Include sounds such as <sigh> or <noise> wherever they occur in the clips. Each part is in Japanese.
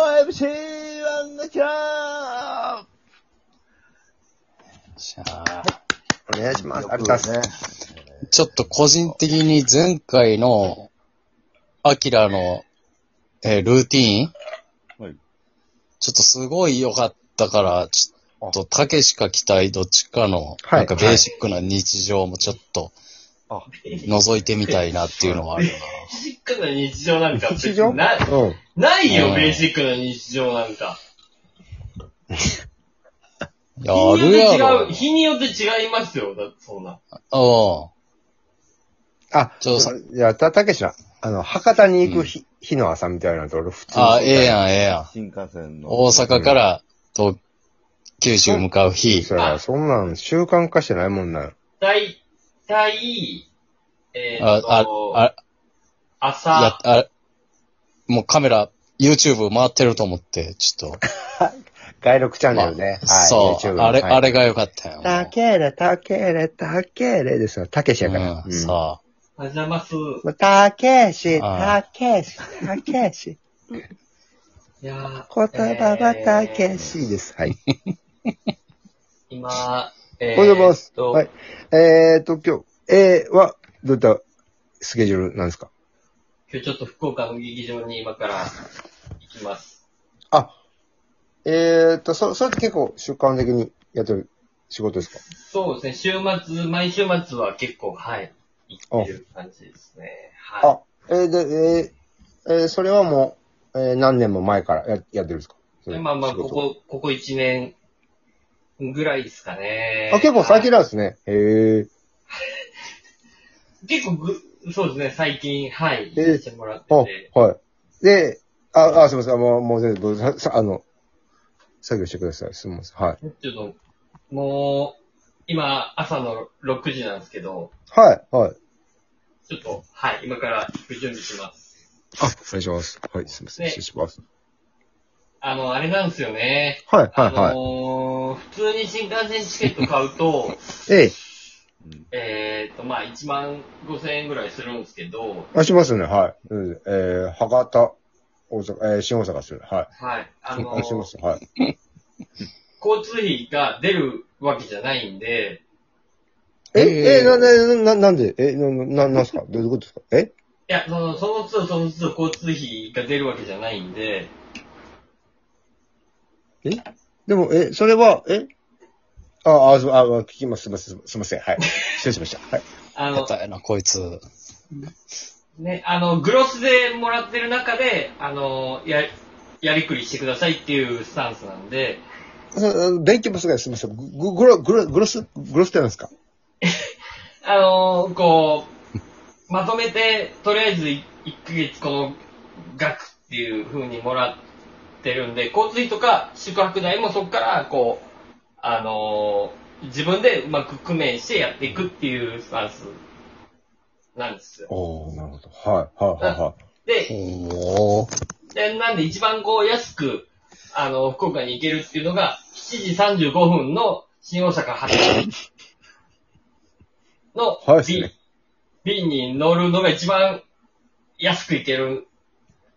4MC1 のキャーじゃあ、お願いします。ありがとうございます。す。ちょっと個人的に前回の、アキラの、えールーティーンはいちょっとすごい良かったから、ちょっと、たけしか期待どっちかの、はいなんかベーシックな日常もちょっと、あ覗いてみたいなっていうのはあるベーシックな日常なんか別に日常なうん。ないうよ、んベーシックな日常なんか。な。やるやろ。日によって違う、日によって違いますよ、だってそんな。うん。あ、ちょっといや、た、たけしは、あの、博多に行く日、日の朝みたいなのと俺普通に。あ、ええやん、ええやん。新幹線の。大阪から、東、九州向かう日。そうや、そんなん習慣化してないもんな。大体、えーあっ、あと、、あ、や朝、、あ、もうカメラ、YouTube 回ってると思って、ちょっと。外録チャンネルね。まあそう、 YouTube あれ、はいあれが良かったよ。たけれ、たけれ、たけれですよ。たけしやから。う、うんんさおはようございます。いもうたけし、あたけし、たけし。やー言葉はたえけーしです。はい。今、えーっおはようございます。とはい。えーっと、今日、えーは、どういったスケジュールなんですか今日ちょっと福岡の劇場に今から行きます。あ、えーっと、そ、それって結構習慣的にやってる仕事ですかそうですね、週末、毎週末は結構、はい、行ってる感じですね。はい。あ、えーで、えーえーそれはもう、えー何年も前からややってるんですかでまあまあ、仕事ここ、ここ1年ぐらいですかね。あ、結構最近だ。なんですね。へえ。結構ぐ、そうですね、最近、はい、え行ってもらってあて。、はい。で、あ、あ、すみません。もう、もう全然、どうぞ、ささあの、作業してください。すみません。はい。ちょっと、もう、今、朝の6時なんですけど、はい、はい。ちょっと、はい、今から行く準備します。あ、お願いします。はい、すみません。ね失礼します。あの、あれなんですよね。はい、あはい、のはい。ー普通に新幹線チケット買うと、 <laughs> ええ、えーっと、まあ、1万5千円ぐらいするんですけど、あ、しますね。はい。うんえー、博多、大阪、えー、新大阪ですね。はい。はい、あのあ、しまーす。はい。交通費が出るわけじゃないんで、ええ、ーえー、な、な、な、なんで、え、な、な、なんすかどういうことですかえいや、その、その都度その都度交通費が出るわけじゃないんで、でも、え、それは、えあ、あ、すあ、聞きます。すみません。すみません。はい。 <laughs> 失礼しました。はい。ああ、やのっ、たやな、こいつ。ね、あの、グロスでもらってる中で、あの、や、やりくりしてくださいっていうスタンスなんで、そう勉強もすごい。すみません。ググロ、グロ、グロス、グロスってなんですかあの、こう、まとめて、とりあえず1ヶ月この額っていう風にもらってるんで、交通費とか宿泊代もそこから、こう、あの、自分でうまく工面してやっていくっていうスタンスなんですよ。おー、なるほど。はい、はい、はい、はい。で、おー。で、なんで一番こう安く、あの、福岡に行けるっていうのが、7時35分の新大阪発の早いっす便、ね便に乗るのが一番安く行ける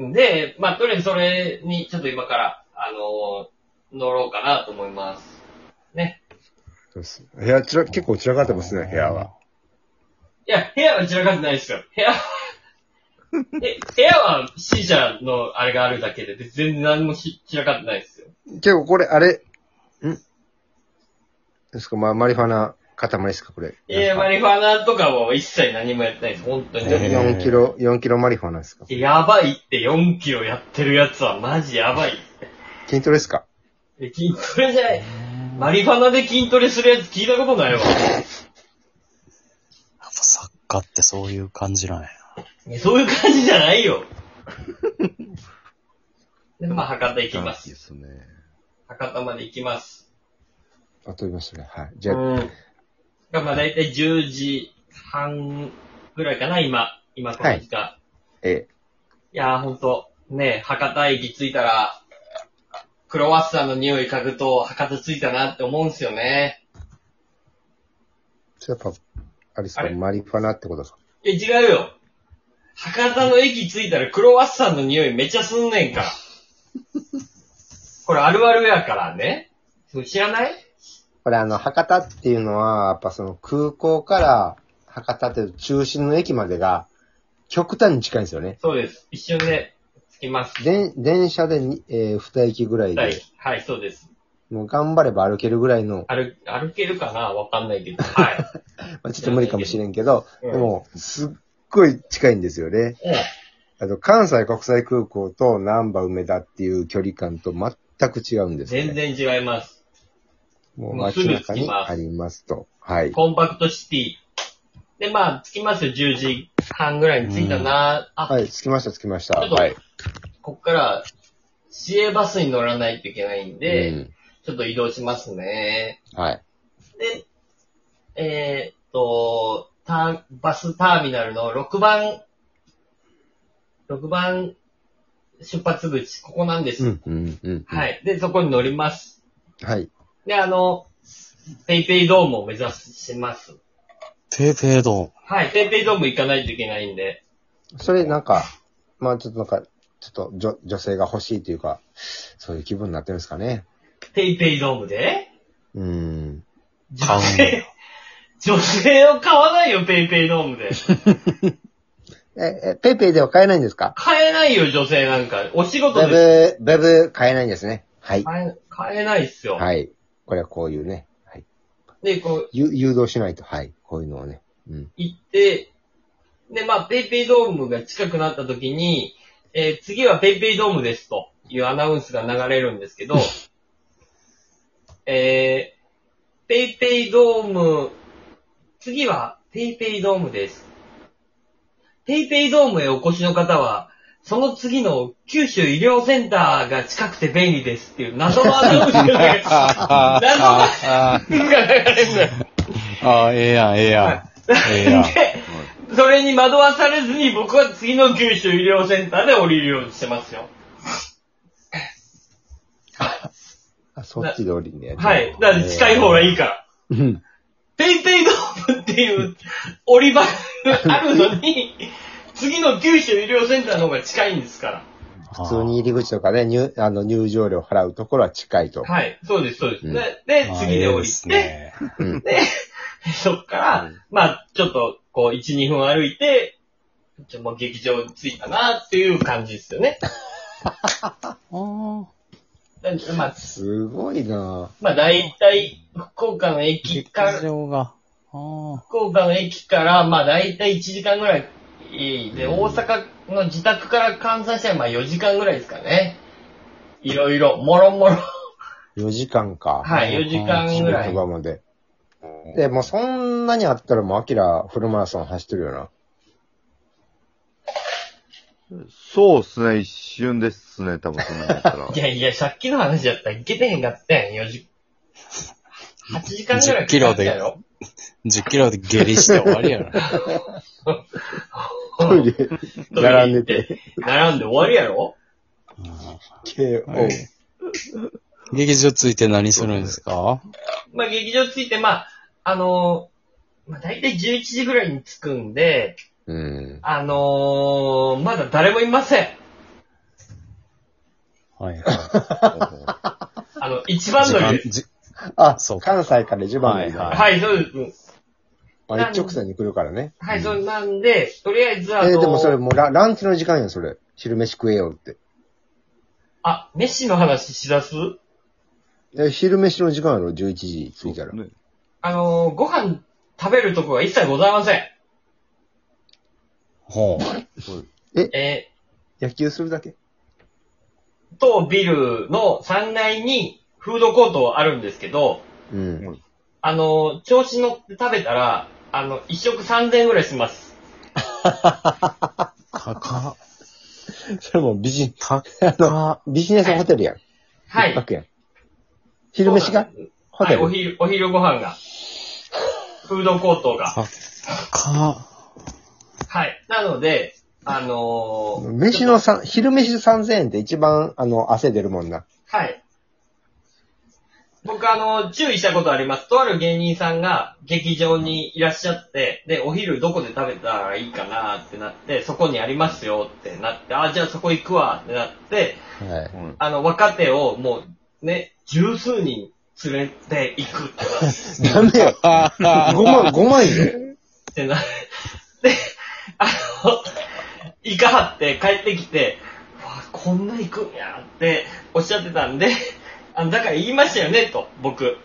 んで、まあ、とりあえずそれにちょっと今から、あの乗ろうかなと思います。そうです。部屋ちら、結構散らかってますね、部屋は。いや、部屋は散らかってないですよ。部屋は <laughs> え、部屋は C 社のあれがあるだけで、別に全然何もし散らかってないですよ。結構これ、あれ、んですか、まあ、マリファナ塊ですか、これ。いや、マリファナとかも一切何もやってないです、本当に。えー4キロ、4キロマリファナですか。やばいって4キロやってるやつはマジやばいって。筋トレですかえ筋トレじゃない。マリファナで筋トレするやつ聞いたことないわ。やっぱ作家ってそういう感じなんや。いやそういう感じじゃないよ。で、まあ、博多行きまいいすで。すね。博多まで行きます。あ、飛びましたね。はい。じうゃあ、ん。が、まあ、だいたい10時半ぐらいかな、今。今、この時間。えいやーほんと、ねえ、博多駅着いたら、クロワッサンの匂い嗅ぐと、博多着いたなって思うんすよね。ー、それやっぱ、あれですかあれマリファナってことですかいや、違うよ。博多の駅着いたらクロワッサンの匂いめっちゃすんねんから。 <laughs> これあるあるやからね。そう知らないこれあの、博多っていうのは、やっぱその空港から博多っていう中心の駅までが極端に近いんですよね。そうです。一瞬で着きます。電電車でに、えー二駅ぐらいはいで、、はい、そうです。もう頑張れば歩けるぐらいの、歩、歩けるかなわかんないけど。はい。まあ、ちょっと無理かもしれんけど、うんでも、すっごい近いんですよね。うんあと、関西国際空港と南波梅田っていう距離感と全く違うんですよ、ね。全然違います。もうもう街中すぐ着きにますありますと。はい。コンパクトシティ。で、まあ、着きますよ。10時半ぐらいに着いたな。あ、はい、着きました、着きました。ちょっとはい。こっから、市営バスに乗らないといけないんで、うんちょっと移動しますね。はい。で、えーっと、ターバスターミナルの6番、6番出発口、ここなんです。うん、うん、うん。。はいい。で、そこに乗ります。はい。で、あの、ペイペイドームを目指します。てーてーどん。はい。ペイペイドーム行かないといけないんで。それ、なんか、まあちょっとなんか、ちょっと女女性が欲しいというか、そういう気分になってるんですかね。ペイペイドームでうん。女性、女性を買わないよ、ペイペイドームで。え、え、ペイペイでは買えないんですか買えないよ、女性なんか。お仕事だいでぶ、だいぶ買えないんですね。はい。買え、買えないっすよ。はい。これはこういうね。はい。で、こう、ゆ誘導しないと。はい。こういうのをね。うん。行って、で、まあ、ペイペイドームが近くなった時に、えー次はペイペイドームですというアナウンスが流れるんです <laughs> けど、えー、ペイペイドーム、次はペイペイドームです。ペイペイドームへお越しの方は、その次の九州医療センターが近くて便利ですっていう謎のアナウンスが流れあ謎のアあ、ナウンスが流れるんだよ。ああ、ええやん、ええやん。ええやん。で、それに惑わされずに僕は次の九州医療センターで降りるようにしてますよ。あ、そっち通りね。はい。だから近い方がいいから。うん。ペイペイドームっていう降り場があるのに、次の九州医療センターの方が近いんですか普普通に入り口とかね、入、あの、入場料払うところは近いとら。。はい。そうです、そうです。うんで、で次で降りて、ね。 <laughs> うん。そっから、まあ、ちょっと、こう、1、2分歩いて、ちょもう劇場着いたなっていう感じです <laughs> よね。だまあ、すごいなまあ、大体、福岡の駅から、劇場が。あ福岡の駅から、まあ大体1時間ぐらい。で、うん大阪の自宅から換算したら、まあ4時間ぐらいですかね。いろいろ、もろもろ。 4時間か。はい、うん4時間ぐら仕い事。場まで。で、もうそんなにあったらもう、アキラフルマラソン走ってるよな。そうっすね、一瞬ですね、多分そんなんや <laughs> ったら。いやいや、さっきの話だったらいけてへんかったやん、4時。8時間ぐらい10キロでかかったやろあ。10キロで下痢して終わりや <laughs> ろ。トイレ、並んでて。。並んで終わりやろ KO。はい劇場ついて何するんですかまあ劇場着いて、まあ、あのーまあ大体11時ぐらいに着くんで、うん。あのーまだ誰もいません。はい。あの、一番乗りです。じあ、そうか関西から一番乗りはいだ。はい、そうです。まあ一直線に来るからね。はい、そうなんで、とりあえずえあの、ーでもそれもうラランチの時間やん、それ。昼飯食えよって。あ、メッシの話しだすえ、昼飯の時間やろ、11時そ過うっすぎたら。ね。あのー、ご飯食べるとこが一切ございません。ほえ野球するだけー、当ビルの3階にフードコートあるんですけど、うん。あのー、調子乗って食べたら、あの、一食3000円ぐらいします。う。かか、それもうビジ、た、あの、ビジネスホテルやん。は一い。泊やん。昼飯がホはテい、おル。昼、お昼ご飯が。フードコートが。か、か、はい。なので、あのー、飯のさ、昼飯3000円って一番、あの、汗出るもんな。はい。僕あの、注意したことあります。とある芸人さんが劇場にいらっしゃって、で、お昼どこで食べたらいいかなってなって、そこにありますよってなって、あ、じゃあそこ行くわってなって、はい。うん。あの、若手をもう、ね、十数人連れて行くってなって <laughs> ダメよ。ああ、 5万、5万よ。ってな、で、あの、イカ張って帰ってきて、うわ、こんな行くんやっておっしゃってたんで、あの、だから言いましたよね、と、僕。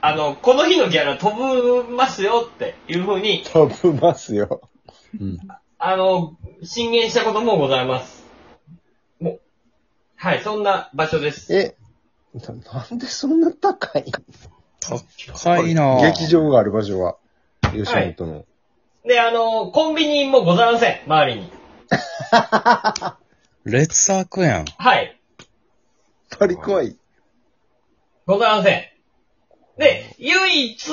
あの、この日のギャラ飛ぶますよっていうふうに、飛ぶますよ。うん。あの、進言したこともございます。もうはい、そんな場所です。え、ななんでそんな高い高いな劇。場がある場所は、吉本の。で、あの、コンビニもございません、周りに。劣悪やん。はい。パリ怖い。ございません。で、唯一、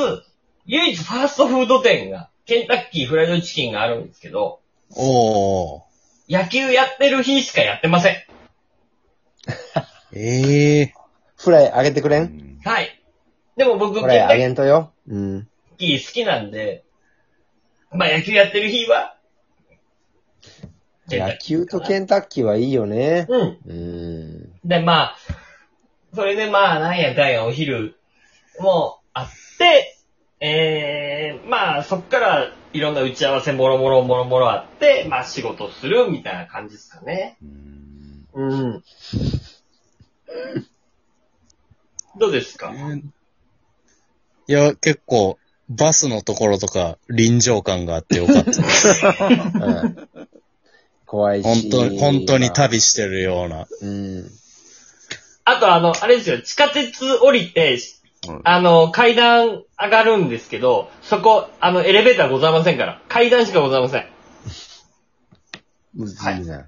唯一ファーストフード店が、ケンタッキーフライドチキンがあるんですけど、おー。野球やってる日しかやってません。ええフライあげてくれうんんはい。でも僕、ケフンタライあげッんとよ。うん。キー好きなんで、まあ野球やってる日は、ケンタ野ッキー球とケンタッキーはいいよね。うん。うん。で、まあ、それでまあ、なんやかんやお昼もあって、えー、まあ、そっからいろんな打ち合わせもろもろもろもろあって、まあ仕事するみたいな感じですかね。うんうん。どうですかー。いや、結構、バスのところとか、臨場感があってよか <laughs> った。うん怖いし。本当に、本当に旅してるような。うん。あとあの、あれですよ、地下鉄降りて、うんあの、階段上がるんですけど、そこ、あの、エレベーターございませんから、階段しかございません。むずいな。